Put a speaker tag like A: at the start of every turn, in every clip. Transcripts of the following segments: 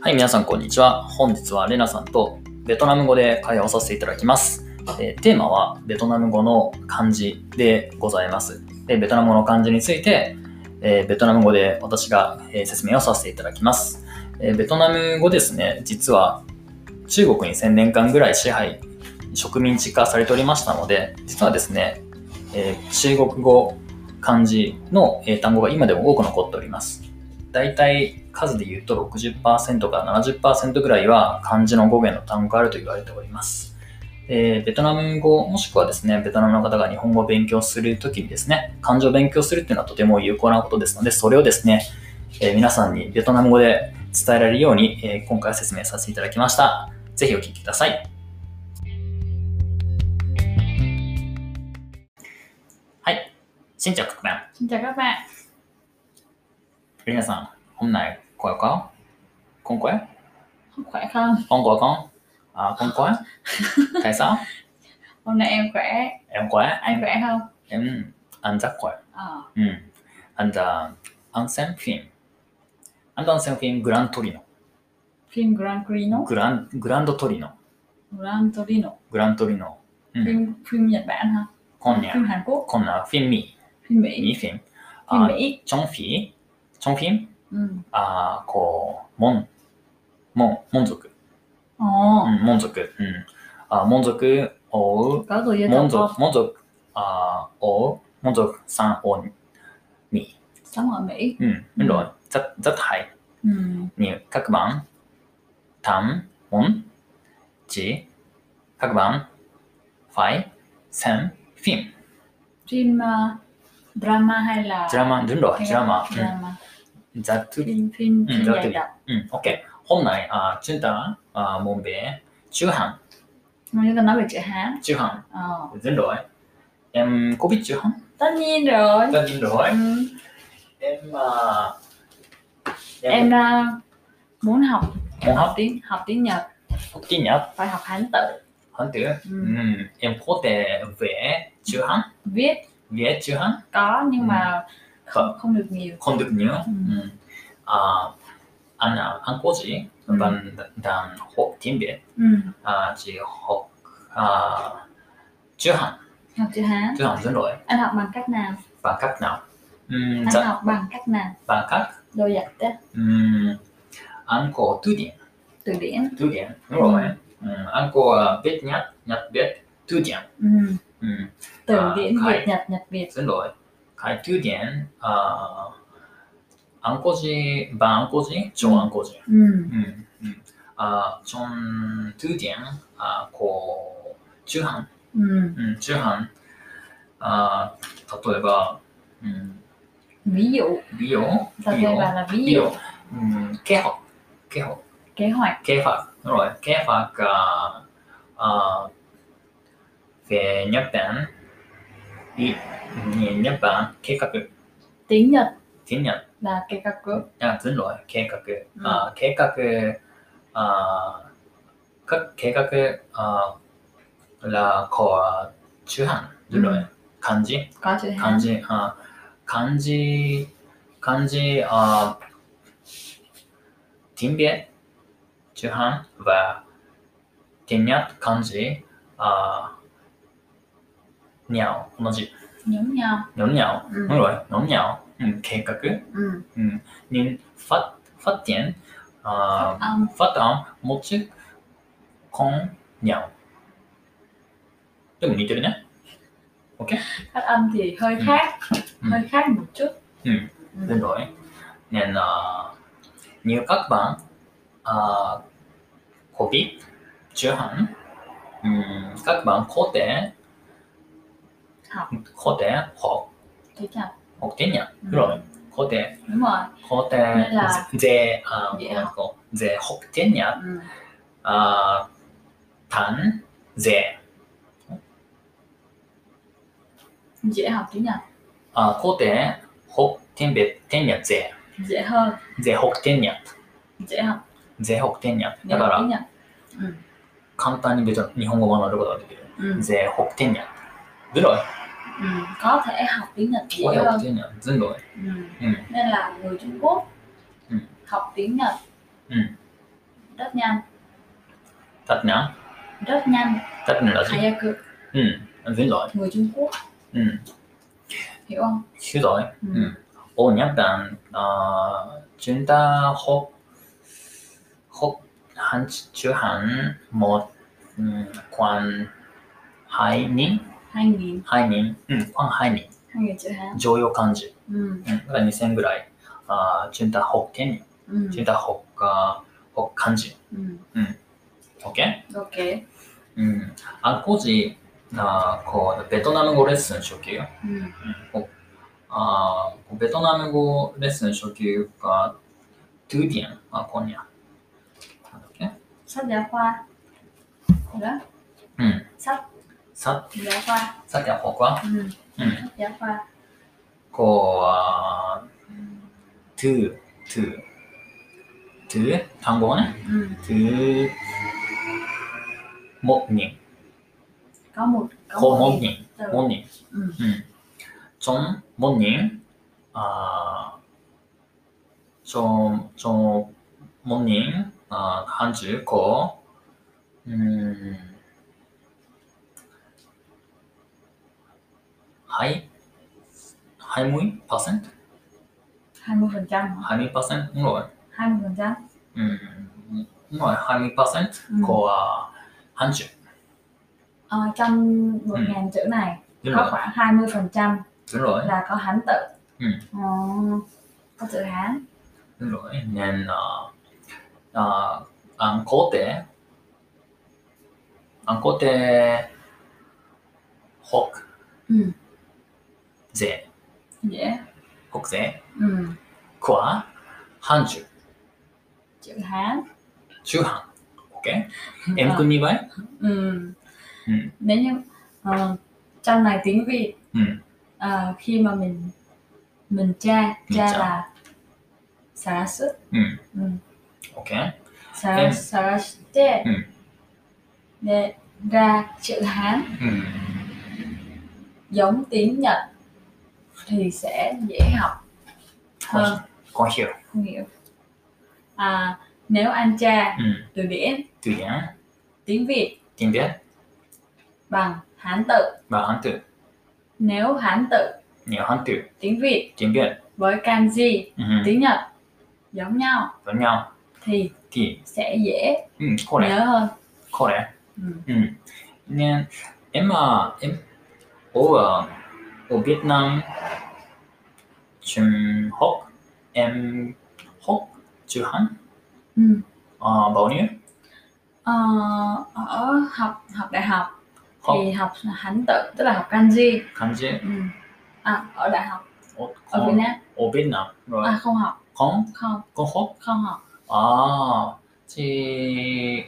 A: はい、皆さんこんにちは。本日はレナさんとベトナム語で会話をさせていただきます。でテーマはベトナム語の漢字でございます。でベトナム語の漢字について、えーベトナム語で私が、えー説明をさせていただきます、えーベトナム語ですね、実は中国に1000年間ぐらい支配、植民地化されておりましたので、実はですね、えー中国語漢字の、えー単語が今でも多く残っております。大体数で言うと60%から70%ぐらいは漢字の語源の単語があると言われております。えーベトナム語もしくはですね、ベトナムの方が日本語を勉強するときにですね、漢字を勉強するっていうのはとても有効なことですので、それをですね、えー皆さんにベトナム語で伝えられるように、えー今回は説明させていただきました。ぜひお聞きください。はい。新着各面。
B: Xin chào các bạn,
A: 皆さん、本来、こよかこんこや
B: không khỏe không?
A: こんこやこん
B: À,
A: あ、こんこや大さ
B: Hôm nay em khỏe,
A: えんこや
B: anh khỏe không?
A: えん、あんざこや。
B: Ờ,
A: うん。あんざ、アンセンフィン。あんたアンセンフィン、グラントリノ。
B: phim Gran Torino,
A: グラン、グランドトリノ。
B: Gran Torino,
A: グラントリノ。うん。
B: phim phim Nhật Bản hả?
A: こんにゃ
B: Phim。Hàn Quốc,
A: こんな、フィンミー。
B: ờ, phim Ờ,
A: ミ
B: Dạ. Mỹ,
A: ーフィン。
B: Ừ. phim
A: あ、
B: Mỹ,
A: チョンフィーチョンフィン
B: ừ.
A: あー、こう、モン。モン、モン族。う
B: Ồ,
A: ん、モン族。
B: Ừ.
A: うん。
B: Ờ,
A: あ、モン族、おう。
B: có tôi giới
A: モン
B: thiệu
A: 族
B: không?、
A: モン族、あーお、モン族さんおに、
B: Sống ở Mỹ,
A: うん、うんろ、ざ、ざたい
B: ừ.
A: に、各番、たん、もん、ち、各番、ファイ、せん、フィン、
B: phim ờ, drama hay là
A: ジラマ、ルンロ、
B: hay
A: ジラマ、
B: drama. Ừ.
A: うん、ざっと
B: phim phim
A: Ừ,
B: phim
A: rất
B: dài
A: tuyệt.
B: tập,
A: うん、オッケー。本来、あー、チュンタ、あー、モンベ、チューハ
B: mà chúng ta nói về chữ Hán,
A: ン、チューハ
B: ờ,
A: ン、ルンロ、えん、こびチューハン、
B: tất nhiên rồi.
A: ざルンロ、
B: Ừ.
A: えん、まあ、
B: Em ờ, muốn học
A: もん
B: học
A: は、
B: tiếng học tiếng Nhật
A: おきにゃ、
B: phải học Hán tự,
A: はんていう
B: ừ.
A: Ừ, em có thể vẽ chữ Hán,
B: viết
A: vẽ chữ Hán
B: có nhưng
A: Ừ. Vâng.
B: mà không, không được nhiều
A: không được nhớ.
B: Ừ.
A: Ừ. À, anh à, anh có gì?
B: Ừ.
A: Và đang học tiếng Việt,
B: ừ.
A: à, chỉ học à, chữ Hán,
B: học chữ hán
A: chữ Hán rất nổi
B: anh học bằng cách nào
A: và cách nào? Ừ,
B: anh
A: dạ,
B: học bằng cách nào
A: và cách
B: đồ giặt á
A: ừ, anh có từ điển,
B: từ điển
A: từ điển đúng rồi. Ừ, anh có biết nhật, nhật biết từ điển.
B: ừ.
A: Ừ,
B: từ
A: À,
B: điển
A: phải.
B: việt nhật nhật việt
A: rất nổi. Cái từ điển à,
B: ờ,
A: anh có gì? Và anh có gì? Cho
B: Ừ.
A: anh có gì?
B: ừ.
A: うんうん
B: Ờ,
A: あー、そん、トゥーディアン、あー、こう、中半、
B: Ừ. Ờ,
A: うん、中半、あー、例えば、うん、
B: Ừ, ví dụ
A: 美容、
B: ta
A: 美
B: kêu
A: 容、
B: bà là
A: 美
B: ví dụ ừ,
A: 容、うん、ケホ、ケホ、
B: kế hoạch
A: ケファ、ロイ、ケファ
B: ờ,
A: が、あー、フェニャペン、い、に、ニャペン、計画、テ
B: tiếng nhật
A: ィニャ、
B: là kế hoạch cướp
A: あ、ずんろい、計画、あー、計画、あー、か、計画、あー、ら、こは、中半、ずんろ
B: う
A: い、漢字、
B: có chữ
A: 漢
B: hán
A: 字、あー、漢字、漢字、あー、ティンビエ、中半は、ティンニャ、漢字、あー、にゃお、同じ、
B: giống nhau
A: のんにゃお、
B: うん
A: ずんろい、のんにゃお、うん、計画、
B: ừ.
A: 음, 닌 팟, 팟디엔, 아,
B: ờ, âm
A: 팟암, 모치, 콩, 냥. 좀 니들이네?
B: phát âm thì hơi
A: Ừ.
B: khác
A: Ừ.
B: hơi khác một chút
A: Ừ.
B: ừ.
A: 네, 너에. 넨,
B: ờ,
A: 아, 니 깍방, 아, 고비, 주한, 음, 깍방, 코대,
B: học
A: 코대, 혹,
B: tiếng nhật
A: 혹대냐?
B: Ừ.
A: 그럼, 코대,
B: đúng rồi
A: 코대,
B: Nên là-
A: 제, 아,
B: Dễ
A: 뭐랄까, 제 혹대냐?
B: ừ.
A: 아, 단, 제,
B: dễ học tiếng nhật
A: 아, 고대, 혹, 텐베, 텐냐, 제,
B: dễ hơn
A: 제, 혹, 텐냐,
B: dễ học
A: 제, 혹, 텐냐.
B: dễ học tiếng
A: 그러니까
B: nhật ừ.
A: 簡単に別に日本語を学ぶことができる。
B: Ừ.
A: ゼホクテニャ。ずろい。
B: Ừ, có thể học tiếng Nhật dễ
A: おやホ
B: hơn
A: クテニャ。ずろい。
B: ừ.
A: Ừ.
B: nên là người Trung Quốc
A: Ừ.
B: học tiếng Nhật
A: Ừ.
B: rất nhanh
A: タテナ
B: rất nhanh
A: タテナラジ
B: Hayaku
A: うん。全然。
B: người Trung Quốc
A: うん。
B: hiểu không
A: 取材
B: う
A: うんん。おにゃんたん、あー、じゅんた、ほ、ほ、はんち、ちゅはん、も、うん、こん、はいにん、
B: hai nghìn
A: はいにん、うん、こんはいに
B: hai nghìn chữ Hán
A: ん、常用漢字。
B: ừ.
A: うん。だから2000ぐらい。あー、じゅんた、ほっけにん、
B: Ừ.
A: じゅんた、ほっか、ほっ漢字。
B: Ừ.
A: OK?
B: ok
A: うん。あ、こじ、あー、こう、ベトナム語レッスン初級。
B: ừ.
A: あーベトナム語レッスン初級が、トゥーディアン、あ、こんにゃ。なんだっけ
B: sách giáo khoa đó
A: うん。
B: sách
A: さ、
B: giáo khoa
A: さっきは僕は、
B: ừ.
A: うん。
B: sách giáo khoa
A: こう、あートゥー、トゥー。トゥー単語をね。
B: ừ.
A: トゥー、も、に、
B: có một có
A: こ、も、
B: một nghìn
A: に、
B: từ
A: も、に。
B: ừ.
A: うん。ちょん、も、に、あー、ちょん、ちょん、も、に、あー、漢字、こう、うーん。はい。はいむいパーセント
B: 20 phần trăm
A: はいみパーセントうんろい。
B: 20 phần trăm
A: うん。うんろい。はいみパーセントこうは、半中。
B: Ờ, trong một
A: Ừ.
B: ngàn chữ này
A: うん
B: có
A: ろ
B: khoảng 20 phần trăm
A: い。うんろい。
B: là có hán tự
A: Ừ.
B: Ờ, có chữ hán
A: うんろい。ねんな。あ、あんこうて。あんこうて、ほく、
B: ừ.
A: ぜ、
B: dễ
A: ほくぜ、
B: ừ.
A: くわ、半中、
B: chữ hán Ờ,
A: 中半。OK? M 君2倍
B: ừ.
A: Ừ.
B: nếu như ờ, trong này tiếng việt
A: Ừ.
B: ờ, khi mà mình mình tra
A: Mình
B: tra
A: tra.
B: là xả sức
A: Ừ.
B: ừ.
A: OK?
B: xả
A: Em.
B: xả tê
A: Ừ.
B: để ra chữ hán
A: うん。
B: giống tiếng nhật thì sẽ dễ học hơn
A: コーヒー。
B: không hiểu à, nếu anh tra
A: うん。
B: từ điển
A: トゥイヤン、
B: tiếng việt
A: ティンビェ、
B: bằng hán tự
A: バーハントゥ、
B: nếu hán tự
A: ニューハントゥ、
B: tiếng việt
A: ティンビェ、
B: với kanji
A: うん。
B: tiếng nhật giống nhau
A: ドニャン、
B: thì
A: ティ
B: sẽ dễ
A: うん、これ、
B: nhớ hơn
A: これ。
B: ừ.
A: うん。ね、今、え、おは、お、ベトナム、チュン、ホク、エム、ホク、チュハン、
B: Ừ.
A: あ、バウニュ、
B: Ờ, ở học học đại học
A: ホ
B: thì học hán tự tức là học kanji
A: ク、漢字、
B: ừ. à, ở đại học
A: お、
B: ở Việt
A: コン、
B: Nam
A: お、ベトナム、
B: à không học
A: コン、
B: không
A: コンホ
B: không học
A: ク、あー、ち、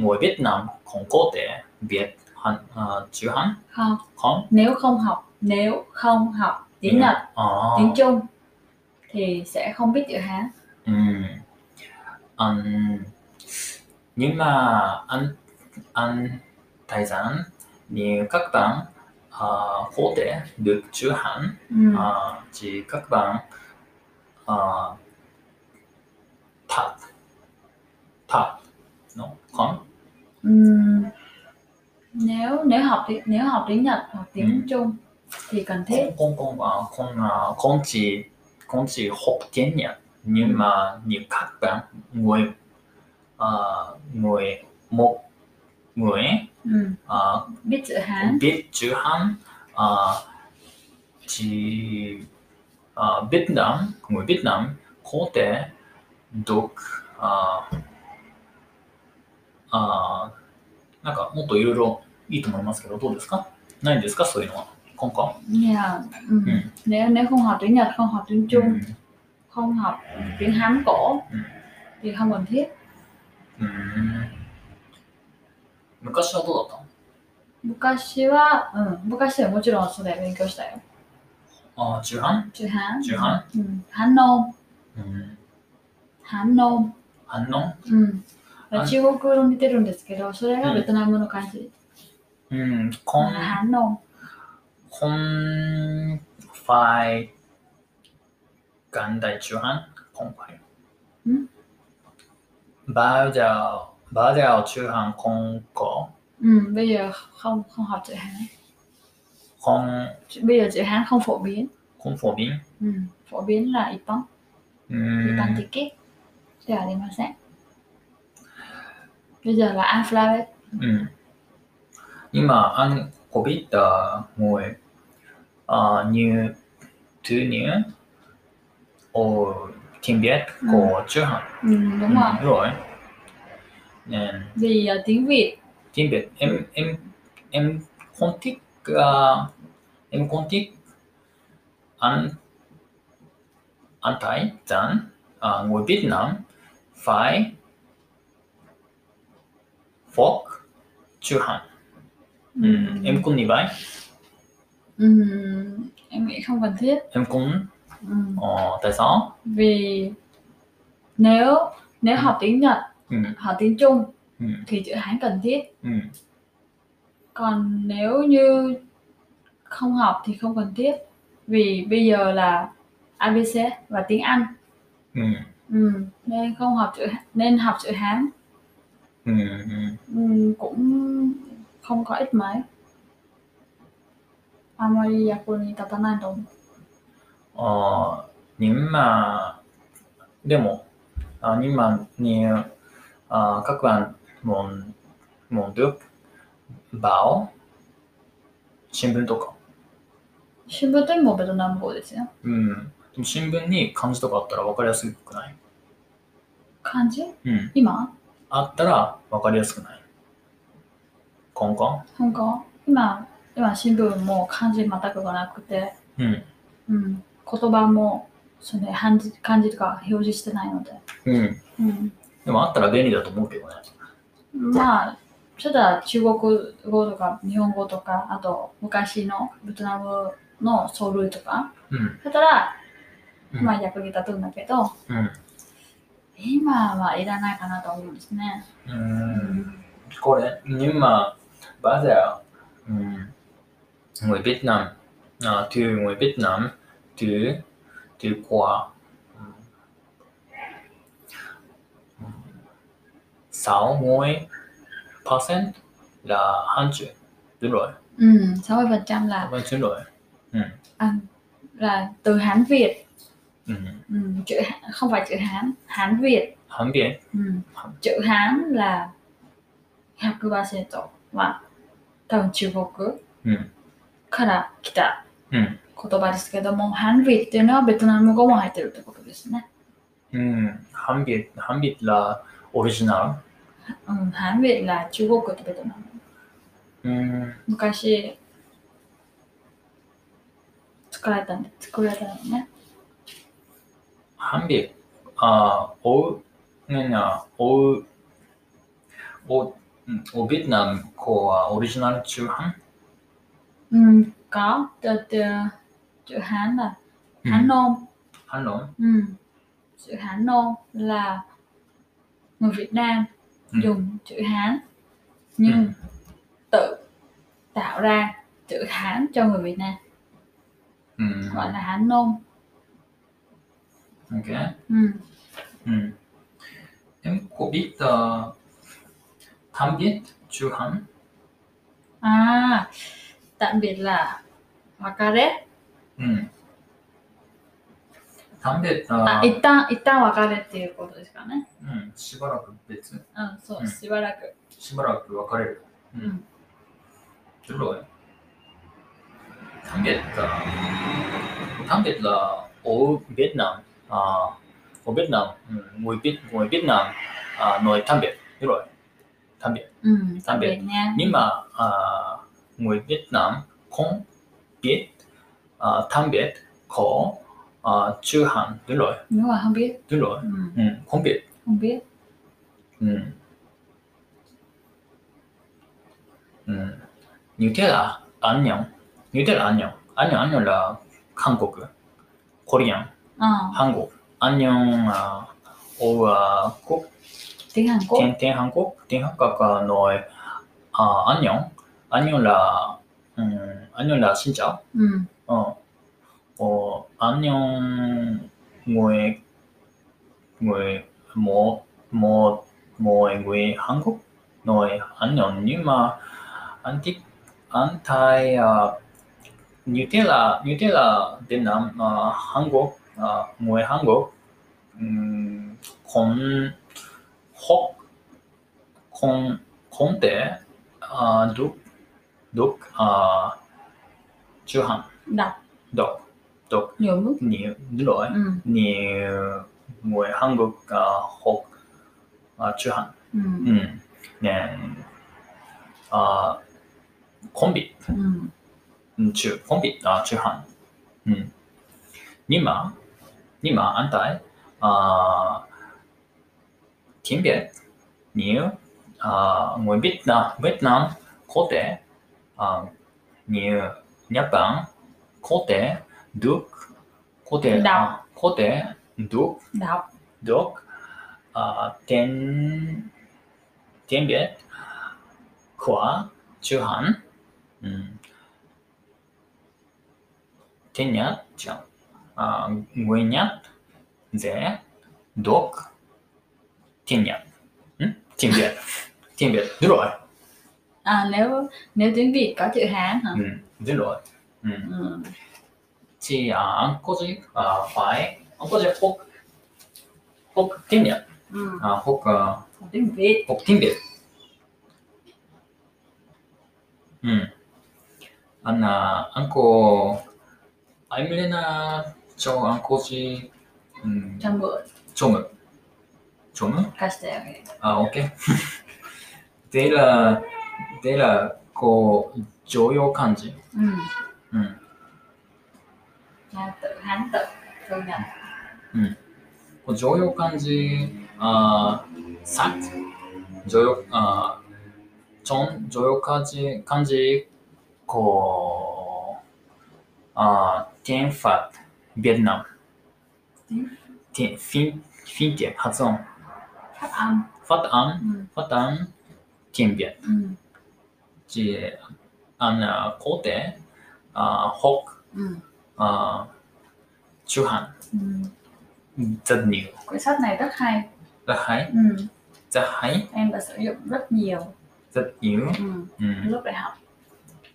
A: お、ベトナム、コンコーテ、ベト、ハン、あ、チュハン、
B: không
A: コン、
B: nếu không học nếu không học
A: Ừ.
B: tiếng nhật
A: あ
B: tiếng
A: ー、
B: trung thì sẽ không biết chữ hán
A: Ừ. うん。あん、今、あん、あん、泰山、に、各番、あ、法廷、ル、中半、
B: ừ.
A: あ、ち、各番、あ、た、た、の、かん、
B: Ừm, nếu nếu học tiếng nếu học tiếng Nhật hoặc tiếng
A: Ừ.
B: Trung thì cần
A: こ
B: thiết
A: んこんこん、あ、こんな、こんち、こんち、ほっけんや、に、ま、に、各番、ごえ、あ、ごえ、も、ごえ、
B: Ừm,
A: あ、
B: biết chữ Hán
A: biết chữ Hán à, chỉ à, Việt Nam người Việt Nam có thể được à, à, なんかもっといろいろいいと思いますけどどうですかないんですかそういうのは今回
B: nhà ừm,
A: Ừ.
B: nếu nếu không học tiếng Nhật không học tiếng Trung
A: うん
B: không học tiếng Hán cổ
A: Ừ.
B: thì không cần thiết
A: うん昔はどうだっ
B: 昔は、うん、昔はもちろんそうだよ勉強したよ
A: たのあ中半
B: チュハン
A: 中半
B: うん Ừ, Hán nôm
A: うん。
B: Hán nôm
A: 反応
B: うん
A: あ
B: 中国語と似てるんですけどそれが
A: うん
B: ベトナムの漢字
A: うん。こん
B: Hán nôm
A: こんファイ元代中半今回
B: ん
A: Bao giờ, bao giờ chưa hàng không có,
B: Ừ, bây giờ không không học chữ Hán.
A: không,
B: Chữ- Bây giờ chữ Hán không phổ biến.
A: không phổ biến.
B: Ừ, phổ biến là Ipon,
A: Ừm,
B: Ipon ticket. Để ở đây mà sẽ. Bây giờ là alphabet.
A: 음. 이마 안 고비다 뭐에 아 뉴, 드뉴, 어, 팀비엣, 고, 주한.
B: Ừ, đúng rồi.
A: rồi. 네,
B: Vì ờ, tiếng Việt
A: 팀비엣, em, em, em, 콘틱, 아, em 콘틱, 안, 안 타이, 짠, 아, ờ, ngồi Việt Nam, phải, phốt, chưa hẳn. Ừ, em cũng như vậy
B: ừ, em nghĩ không cần thiết.
A: em cũng
B: Ừ.
A: ờ, tại sao
B: Vì nếu nếu học tiếng Nhật,
A: ừ,
B: học tiếng Trung
A: ừ,
B: thì chữ Hán cần thiết.
A: ừ,
B: Còn nếu như không học thì không cần thiết. Vì bây giờ là ABC và tiếng Anh.
A: ừ,
B: Ừ, nên không học chữ nên học chữ Hán
A: ừ, ừ.
B: ừ, cũng không có ích mấy. Amari yakuni tatanai đâu.
A: Ờ, nhưng mà để một ờ, nhưng mà như ờ, các bạn muốn muốn được báo新聞とか、
B: Shinbun tới một Việt Nam bộ đấy chứ.
A: うん、でも新聞に漢字とかあったら分かりやすくない、
B: Kanji?
A: うん、
B: Ima?
A: あったら分かりやすくないコンコン
B: Không có. Ima, ima shinbun mo kanji mataku ga nakute.
A: うん、
B: うん、言葉もその漢字漢字とか表示してないので、
A: うん、
B: うん、
A: でもあったら便利だと思うけどね
B: まあそれは中国語とか日本語とかあと昔のベトナムのソウルとか
A: うん、
B: だったら、
A: うん
B: まあ役に立つんだけど
A: うん
B: 今はいらないかなと思うんですね、
A: Ừm, Cô đấy nhưng mà bả giờ ừm, người Việt Nam à, từ người Việt Nam từ từ qua sáu mươi percent là Hán chữ đúng rồi
B: うん、30%ら
A: vẫn chuyển đổi
B: あら từ Hán Việt、
A: Ừm,
B: うん、chữ Hán- không phải chữ Hán Hán Việt
A: Hán Việt
B: Ừ. chữ Hán là 100%は多分中国
A: うん
B: から来た
A: う
B: 言
A: ん
B: 葉ですけども、ハンビっていうのはベトナム語も入ってるってことですね。
A: Ừm, Hán Việt Hán Việt là original
B: うん、ハンビは中国とベトナム。
A: Ừm,
B: 昔作られたんで作られたのね。
A: Hán Việt ờ, ở nên là ở ở ở Việt Nam có original chữ Hán
B: うん、かだってチュハンだ。
A: Ừ.
B: ハンノン。
A: Hán lỗi
B: うん、chữ Hán nôm là người Việt Nam
A: Ừ.
B: dùng chữ Hán nhưng
A: Ừ.
B: tự tạo ra chữ Hán cho người Việt Nam
A: ừ.
B: gọi là Hán nôm.
A: ok
B: Ừ.
A: ừ. em có biết uh, Hán Việt chữ Hán
B: À, tạm biệt là Wakare.
A: ừ. Hán Việt
B: あ、
A: uh,
B: 一旦一旦別れっていうことですかね。
A: うんしばらく別
B: うん、そう、
A: うん
B: しばらく。
A: しばらく別れる。
B: うん。
A: Rồi. Tạm biệt là tạm biệt là ở Việt Nam à, ở Việt Nam ừ, người Việt người Việt Nam à, nói tạm biệt đúng rồi tạm biệt
B: うん、
A: tạm biệt.
B: ね。
A: nhưng mà à, người Việt Nam không biết à, tạm biệt có à, chữ Hán đúng rồi
B: Đúng rồi, không biết.
A: đúng rồi
B: Ừ,
A: ừ, không biết
B: không biết.
A: ừ. Ừ. như thế là 음. 아, 안녕 như thế là 안녕 안녕 안녕 là 한국 코리안
B: À,
A: 한국 안녕 아, 오아 국
B: tiếng Hàn Quốc.
A: tiếng tiếng 한국 tiếng 한국가 nói 아 안녕 안녕 là 음, 안녕 là xin chào
B: Ừ.
A: 어, 어, 안녕, 뭐에, 뭐에, 뭐, 뭐, mọi người Hàn Quốc nói Hàn Nhật nhưng mà anh thích anh thấy ờ, như thế là như thế là Việt Nam ờ, Hàn Quốc ờ, người Hàn Quốc 음, con hok con con te uh, duk duk uh, chuhan
B: đọc
A: dok dok
B: nhiều mức
A: nhiều đúng rồi
B: ừ,
A: nhiều người Hàn Quốc uh, học uh, chuhan
B: ừ,
A: ừ. nên uh, con vịt
B: ừ.
A: chứ con vịt uh, chuhan ừ. nhưng mà nhưng mà anh thấy uh, tiếng Việt nhiều uh, người Việt Nam Việt Nam có thể uh, như Nhật Bản có thể được có thể
B: Đọc.
A: uh, có thể được
B: đọc
A: được uh, tiếng tiếng Việt của chữ Hán ừ. tiếng Nhật chẳng à, người Nhật dễ được tiếng Nhật ừ? tiếng Việt tiếng Việt đúng rồi
B: à, nếu nếu tiếng Việt có chữ Hán hả
A: ừ. đúng rồi ừ.
B: ừ.
A: thì à, anh có gì à, phải anh có gì học học tiếng Nhật
B: Ừ.
A: à, học ờ,
B: còn tiếng Việt
A: học tiếng Việt. Ừ. Anh à, anh cô em lên à, cho anh cô chị ừ,
B: trong bữa
A: cho mượn cho mượn
B: castelli
A: à ok đây là đây là cô joyo kanji
B: ừ.
A: ừ.
B: là tự Hán tự tự Nhật
A: cô joyo kanji à sát joyo à trong joyo kanji kanji cô à tiếng Pháp Việt Nam
B: tiếng
A: tiếng phim phim tiếng phát âm
B: phát âm
A: phát âm
B: ừ.
A: phát âm tiếng Việt
B: Ừ.
A: chỉ anh à, có thể à, học
B: Ừ.
A: ờ, chú hẳn
B: Ừ.
A: rất nhiều
B: Quyển sách này rất hay
A: rất hay
B: ừ.
A: rất hay
B: em đã sử dụng rất nhiều
A: rất nhiều
B: ừ.
A: ừ.
B: lúc đại học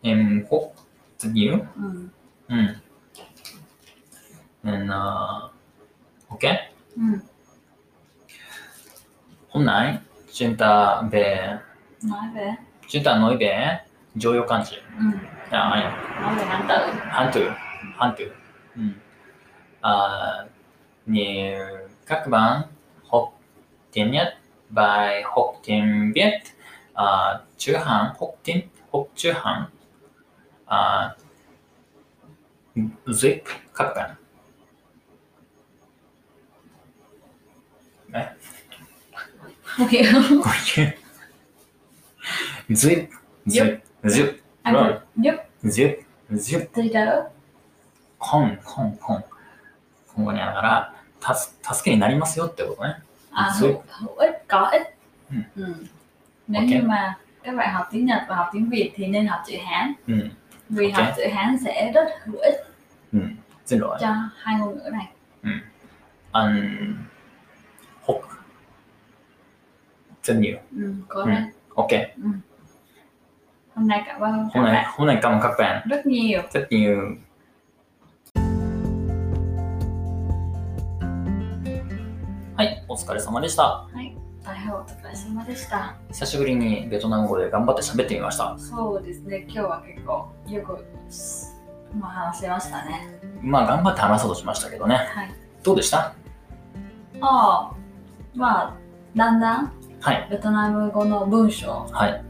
A: em học rất nhiều
B: ừ.
A: ừ. nên ờ, ok
B: Ừ.
A: hôm nay chúng ta về
B: nói về
A: chúng ta nói về joyo yêu kanji
B: ừ.
A: à,
B: nói về Hán tự
A: hán tử hán tử ừ. à, như các bạn học tiếng nhật và học tiếng việt à, chữ hán học tiếng học chữ hán à, giúp các bạn
B: không hiểu
A: giúp giúp giúp
B: anh
A: Rồi.
B: có giúp
A: giúp giúp
B: thì đỡ
A: コンコンコンコンコンやからたす助けになりますよってことね
B: à,
A: Giúp.
B: hữu, hữu ích có ích
A: Ừ.
B: Ừ. nếu
A: Ok.
B: như mà các bạn học tiếng Nhật và học tiếng Việt thì nên học chữ Hán
A: うん
B: vì
A: Ừ. Ok.
B: học chữ Hán sẽ rất hữu ích
A: ゼロは
B: cho hai ngôn ngữ này
A: あんほく全入
B: ừ, cố
A: Ừ.
B: lên
A: OK
B: hôm nay cảm ơn các
A: ほない
B: bạn
A: ほないかもかっぺん
B: rất nhiều
A: 全入はいお疲れ様でした
B: 大変お疲れ様でした
A: 久しぶりにベトナム語で頑張って喋ってみました
B: そうですね今日は結構よくすまあ話せましたね
A: まあ頑張って話そうとしましたけどね
B: はい
A: どうでした
B: ああまあだんだん
A: はい
B: ベトナム語の文章
A: はい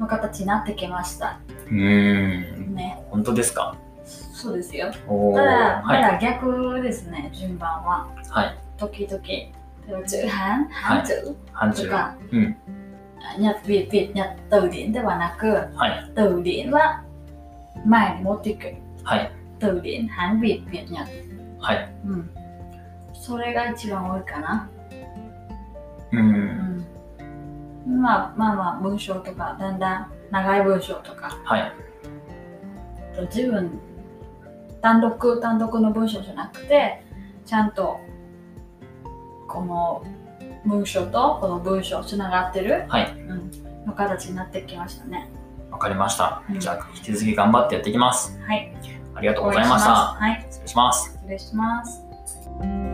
B: の形になってきました
A: うーん
B: ね
A: 本当ですか
B: そうですよ
A: おー
B: ただ、
A: はい
B: まだ逆ですね、順番は。
A: はい
B: 時々、例えば、中半、半中
A: 半
B: と
A: 中
B: か、
A: うん
B: あ日別別日từ điển ではなく、
A: はい、
B: từ điển は前に持っていく。
A: はい、
B: từ điển 半別別日。
A: はい。
B: うん。それが一番多いかな。
A: うー、
B: うんん。まあまあまあ、文章とか、だんだん長い文章とか、
A: はい、
B: と自分、単独単独の文章じゃなくて、ちゃんと、この文章とこの文章つながってる、
A: はい
B: うん、の形になってきましたね。
A: わかりました
B: う。ん
A: じゃあ、引き続き頑張ってやっていきます。
B: はい、
A: ありがとうございました。
B: はい、
A: 失礼します。
B: 失礼します。